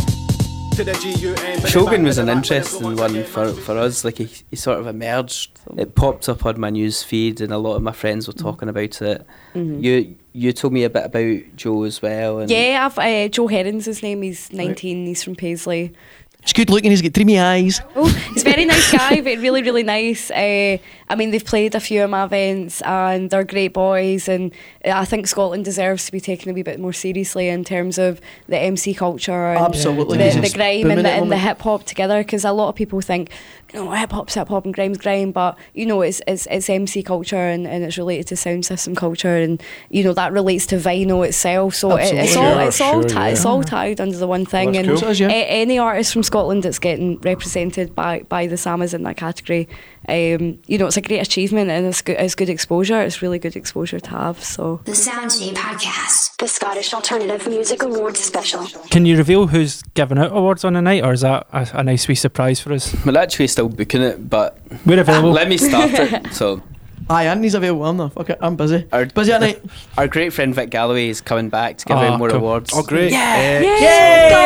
Speaker 8: To the G-U-N.
Speaker 3: Shogun was an interesting one for, for us. Like he, he sort of emerged. It popped up on my news feed, and a lot of my friends were talking about it. You you told me a bit about Joe as well. And
Speaker 4: Yeah, I've, uh, Joe Herron's his name. He's 19. He's from Paisley.
Speaker 6: He's good looking. He's got dreamy eyes.
Speaker 4: Oh, he's a very nice (laughs) guy, but really, really nice. Uh, I mean, they've played a few of my events and they're great boys. And uh, I think Scotland deserves to be taken a wee bit more seriously in terms of the MC culture and
Speaker 6: Absolutely.
Speaker 4: the,
Speaker 6: He's
Speaker 4: the
Speaker 6: just
Speaker 4: grime
Speaker 6: booming
Speaker 4: and the,
Speaker 6: at
Speaker 4: and the
Speaker 6: moment.
Speaker 4: hip hop together because a lot of people think, you know, hip hop's hip hop and grime's grime, but you know, it's it's, it's MC culture and, and it's related to sound system culture and you know that relates to vinyl itself. So it, it's all
Speaker 2: Absolutely.
Speaker 4: it's all
Speaker 2: Sure,
Speaker 4: ti-
Speaker 2: yeah.
Speaker 4: it's all tied under the one thing.
Speaker 2: that's cool.
Speaker 4: and
Speaker 6: So it is, yeah.
Speaker 4: a- any artist from Scotland that's getting represented by by the Samas in that category, um, you know, it's a great achievement and it's good it's good exposure. It's really good exposure to have. So.
Speaker 1: The Soundcheap Podcast. The Scottish Alternative Music Awards Special.
Speaker 5: Can you reveal who's giving out awards on the night, or is that a, a nice wee surprise for us?
Speaker 3: we're actually still booking it, but
Speaker 5: We're available.
Speaker 3: let me start it. So
Speaker 6: Aye, Anthony's available. I'm not. Fuck it. I'm busy.
Speaker 3: Our-
Speaker 6: Busy at night.
Speaker 3: our great friend Vic Galloway is coming back to give
Speaker 5: Aw,
Speaker 3: out more
Speaker 5: cool.
Speaker 3: awards.
Speaker 2: Oh, great.
Speaker 6: Yeah.
Speaker 2: Eh,
Speaker 4: Yay!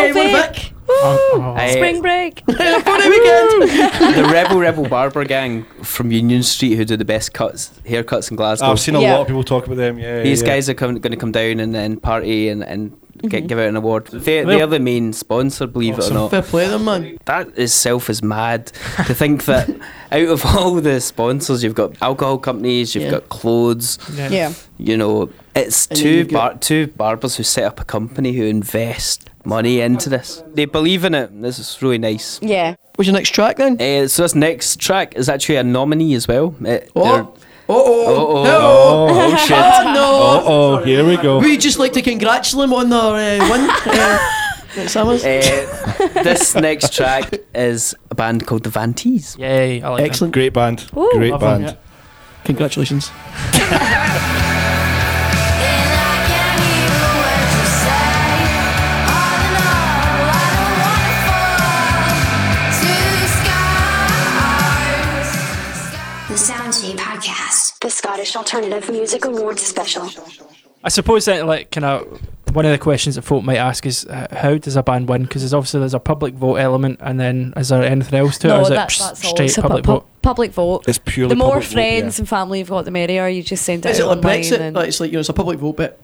Speaker 6: Yay, we're
Speaker 4: Go
Speaker 6: back.
Speaker 4: Vic!
Speaker 5: Oh, oh.
Speaker 3: Aye.
Speaker 4: Spring break.
Speaker 6: (laughs)
Speaker 3: the Rebel Rebel Barber Gang from Union Street who do the best cuts, haircuts in Glasgow.
Speaker 2: I've seen a
Speaker 4: Yeah.
Speaker 2: lot of people talk about them. Yeah,
Speaker 3: These
Speaker 2: yeah.
Speaker 3: guys are going to come down and, and party and, and
Speaker 6: Mm-hmm.
Speaker 3: get, give out an award. They,
Speaker 5: Well-
Speaker 3: they're the main sponsor, believe it or not.
Speaker 6: Fair play to them, man.
Speaker 3: That itself is mad to think
Speaker 6: (laughs)
Speaker 3: that out of all the sponsors, you've got alcohol companies, you've
Speaker 6: Yeah.
Speaker 3: got clothes,
Speaker 5: Yeah.
Speaker 4: Yeah.
Speaker 3: you know, it's
Speaker 6: And
Speaker 3: two
Speaker 6: you've got-
Speaker 3: bar- two barbers who set up a company who invest money into this. They believe in it. This is really nice.
Speaker 4: Yeah.
Speaker 6: What's your next track then?
Speaker 3: Uh, so this next track is actually a nominee as well. It- they're-
Speaker 6: Oh, oh, oh,
Speaker 3: Oh, oh,
Speaker 6: no.
Speaker 2: Oh, oh shit.
Speaker 6: (laughs) Oh, no.
Speaker 2: Oh, here we go.
Speaker 6: We just like to congratulate him on the uh, win. uh,
Speaker 2: (laughs)
Speaker 6: next summer. (laughs)
Speaker 3: Uh, this next track is a band called the Vantees.
Speaker 5: Yay. I like them.
Speaker 6: Excellent.
Speaker 2: Great band.
Speaker 4: Ooh.
Speaker 2: Great
Speaker 5: Love them,
Speaker 2: band.
Speaker 5: yeah.
Speaker 6: Congratulations.
Speaker 1: The Soundcheap Podcast, the Scottish Alternative Music Awards Special.
Speaker 5: I suppose that like kind of one of the questions that folk might ask is uh, how does a band win? Because there's obviously there's a public vote element, and then is there anything else to it? or is it
Speaker 4: that's,
Speaker 5: psh-
Speaker 4: that's all.
Speaker 5: straight
Speaker 4: It's a pu-
Speaker 5: public
Speaker 4: pu-
Speaker 5: vote?
Speaker 4: public vote.
Speaker 2: It's purely
Speaker 4: the more
Speaker 2: public vote,
Speaker 4: friends
Speaker 2: yeah.
Speaker 4: and family you've got, the merrier. You just send it
Speaker 6: Is it
Speaker 4: out
Speaker 6: like
Speaker 4: online.
Speaker 6: Brexit?
Speaker 4: and-
Speaker 6: Like, it's like, you know, it's a public vote, but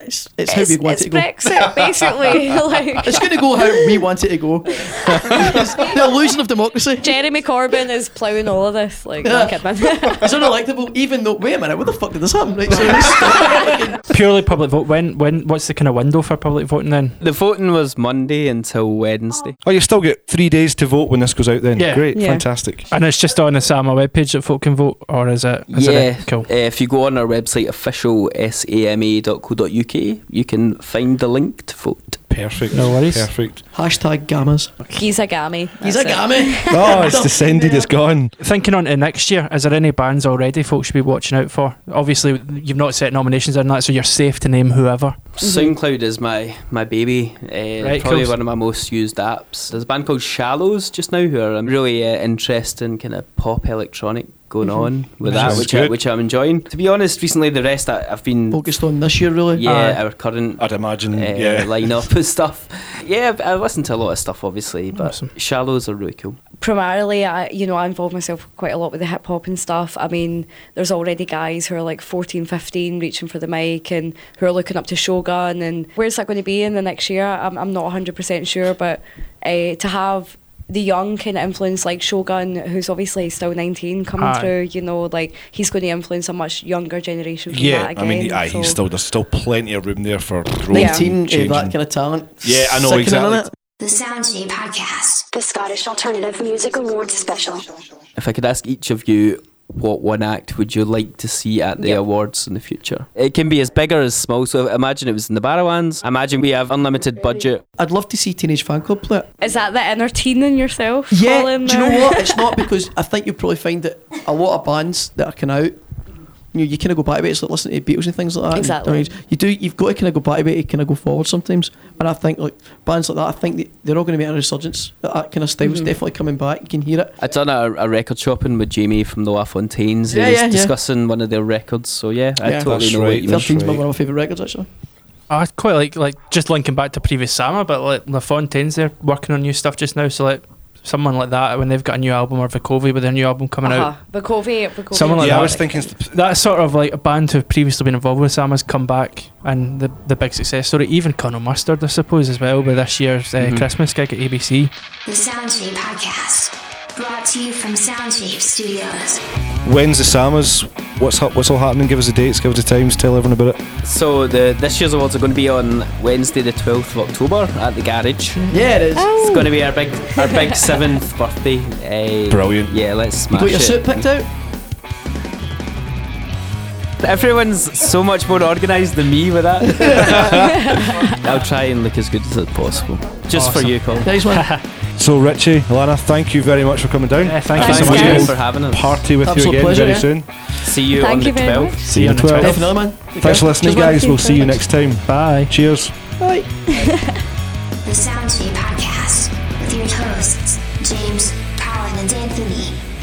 Speaker 6: it's, it's, how
Speaker 4: it's,
Speaker 6: we want
Speaker 4: it's
Speaker 6: it to go.
Speaker 4: Brexit,
Speaker 6: (laughs)
Speaker 4: basically. (laughs) like
Speaker 6: It's going to go how we want it to
Speaker 4: (laughs)
Speaker 6: go. (laughs) It's the illusion of democracy.
Speaker 4: Jeremy Corbyn is ploughing all of this. Like, no, I'm
Speaker 6: (laughs)
Speaker 4: kidding.
Speaker 6: It's unelectable, even though. Wait a minute, what the fuck did this happen? Right, so it's-
Speaker 4: (laughs)
Speaker 6: (laughs)
Speaker 5: Purely public vote. When when what's the kind of window for public voting then?
Speaker 3: The voting was Monday until Wednesday.
Speaker 2: Oh, you still get three days to vote when this goes out then.
Speaker 5: Yeah.
Speaker 2: Great.
Speaker 4: Yeah.
Speaker 2: Fantastic.
Speaker 5: And it's just on the Sama webpage that folk can vote, or is it? Oh. Is
Speaker 3: yeah,
Speaker 5: It? Cool.
Speaker 3: uh, if you go on our website officialsama.co.uk, you can find the link to vote.
Speaker 2: Perfect.
Speaker 5: No worries.
Speaker 2: Perfect.
Speaker 6: (laughs) Hashtag gammas.
Speaker 4: He's a gammy.
Speaker 6: He's a
Speaker 4: That's it.
Speaker 6: gammy.
Speaker 2: Oh, it's descended. It's gone.
Speaker 5: Thinking on to next year, is there any bands already folks should be watching out for? Obviously, you've not set nominations in that, so you're safe to name whoever.
Speaker 3: SoundCloud is my my baby. Uh,
Speaker 5: Mm-hmm. Right,
Speaker 3: probably
Speaker 5: cool.
Speaker 3: one of my most used apps. There's a band called Shallows just now who are um, really uh, interesting kind of pop electronic going
Speaker 5: Mm-hmm.
Speaker 3: on with that,
Speaker 2: Sounds
Speaker 3: which I,
Speaker 2: good.
Speaker 3: which I'm enjoying. To be honest, recently the rest I, I've been
Speaker 6: Focused on this year, really. Uh,
Speaker 3: yeah
Speaker 5: Uh,
Speaker 3: our current
Speaker 2: I'd imagine.
Speaker 3: uh,
Speaker 2: yeah.
Speaker 3: lineup and stuff. Yeah, I've- I listen to a lot of stuff, obviously, but
Speaker 5: Awesome.
Speaker 3: Shallows are really cool.
Speaker 4: primarily I you know I involve myself quite a lot with the hip hop and stuff. I mean, there's already guys who are like 14, 15 reaching for the mic and who are looking up to Shogun and where's that going to be in the next year? I'm I'm not 100% sure, but uh, to have the young kind of influence like Shogun, who's obviously still 19 coming
Speaker 5: Aye.
Speaker 4: through, you know, like he's going to influence a much younger generation from
Speaker 2: Yeah,
Speaker 4: that again.
Speaker 2: I mean, aye,
Speaker 4: so-
Speaker 2: he's still there's still plenty of room there for growth. and
Speaker 6: 19, eh,
Speaker 2: changing.
Speaker 6: that kind of talent.
Speaker 2: Yeah, I know
Speaker 6: Sickening,
Speaker 2: exactly.
Speaker 6: innit?
Speaker 1: The Soundcheap Podcast, the Scottish Alternative Music Awards Special.
Speaker 3: If I could ask each of you what one act would you like to see at the awards in the future? It can be as big or as small. So imagine it was in the Barawans. Imagine we have unlimited budget.
Speaker 6: I'd love to see Teenage Fan Club play it.
Speaker 4: Is that the inner teen in yourself? all
Speaker 6: Yeah,
Speaker 4: in
Speaker 6: do you know
Speaker 4: there? (laughs)
Speaker 6: what? It's not because I think you'll probably find that a lot of bands that are kind of out, you, know, you kind of go back to it. It's like listening to Beatles and things like that. and
Speaker 4: Exactly.
Speaker 6: Doors. you do. You've got to kind of go back to it. You kind of go forward sometimes. And I think like bands like that, I think they, they're all going to be at a resurgence. That, that kind of style's definitely coming back. You can hear it.
Speaker 3: I done a, a record shopping with Jamie from the La Fontaines. He
Speaker 6: Yeah,
Speaker 3: was
Speaker 6: yeah, yeah.
Speaker 3: discussing one of their records. So yeah, I
Speaker 6: Yeah.
Speaker 3: totally
Speaker 2: That's
Speaker 3: know
Speaker 2: right,
Speaker 3: what you mean.
Speaker 2: that's-
Speaker 6: Thirteen's my
Speaker 2: right.
Speaker 6: one of my favourite records actually.
Speaker 5: I quite like like just linking back to previous Sama, but like La Fontaine's they're working on new stuff just now. So like someone like that when they've got a new album or Vicovi with their new album coming
Speaker 4: Uh-huh.
Speaker 5: out,
Speaker 4: Bacovi, Bacovi.
Speaker 5: Someone like
Speaker 2: yeah, I
Speaker 5: that.
Speaker 2: was thinking. s-
Speaker 5: that's sort of like a band who've previously been involved with Sama's come back and the the big success story. Even Colonel Mustard, I suppose, as well with this year's uh, Christmas gig at ABC.
Speaker 1: The Soundcheap Podcast, brought to you from Soundcheap Studios.
Speaker 2: When's the Samas? What's up? What's all happening? Give us the dates. Give us the times. Tell everyone about it.
Speaker 3: So the this year's awards are going to be on Wednesday, the twelfth of October, at the Garage.
Speaker 6: Yeah, it is.
Speaker 3: It's going to be our big our
Speaker 6: (laughs)
Speaker 3: big seventh birthday. eh,
Speaker 2: Brilliant.
Speaker 3: Yeah, let's smash
Speaker 6: Got your
Speaker 3: it.
Speaker 6: suit picked out.
Speaker 3: Everyone's so much more organised than me with that. (laughs) I'll try and look as good as possible, just for
Speaker 5: Awesome.
Speaker 3: you, Colin.
Speaker 5: (laughs)
Speaker 6: Nice one.
Speaker 2: So Richie, Alana, thank you very much for coming down.
Speaker 5: Yeah, thank
Speaker 4: Thanks,
Speaker 5: you so much.
Speaker 4: guys.
Speaker 5: guys.
Speaker 3: for having us.
Speaker 2: Party with
Speaker 6: Absolute
Speaker 2: you again
Speaker 6: pleasure,
Speaker 2: very
Speaker 6: yeah.
Speaker 2: soon.
Speaker 3: See you
Speaker 4: Thank
Speaker 3: on the
Speaker 4: you very much.
Speaker 3: twelfth.
Speaker 5: See you on the 12th.
Speaker 6: Definitely, man.
Speaker 2: Thanks for listening,
Speaker 6: Cheers, man.
Speaker 2: guys. We'll see you next time.
Speaker 5: Bye.
Speaker 2: Cheers.
Speaker 6: Bye.
Speaker 1: The Soundcheap Podcast, with your hosts, James, Colin, and Anthony.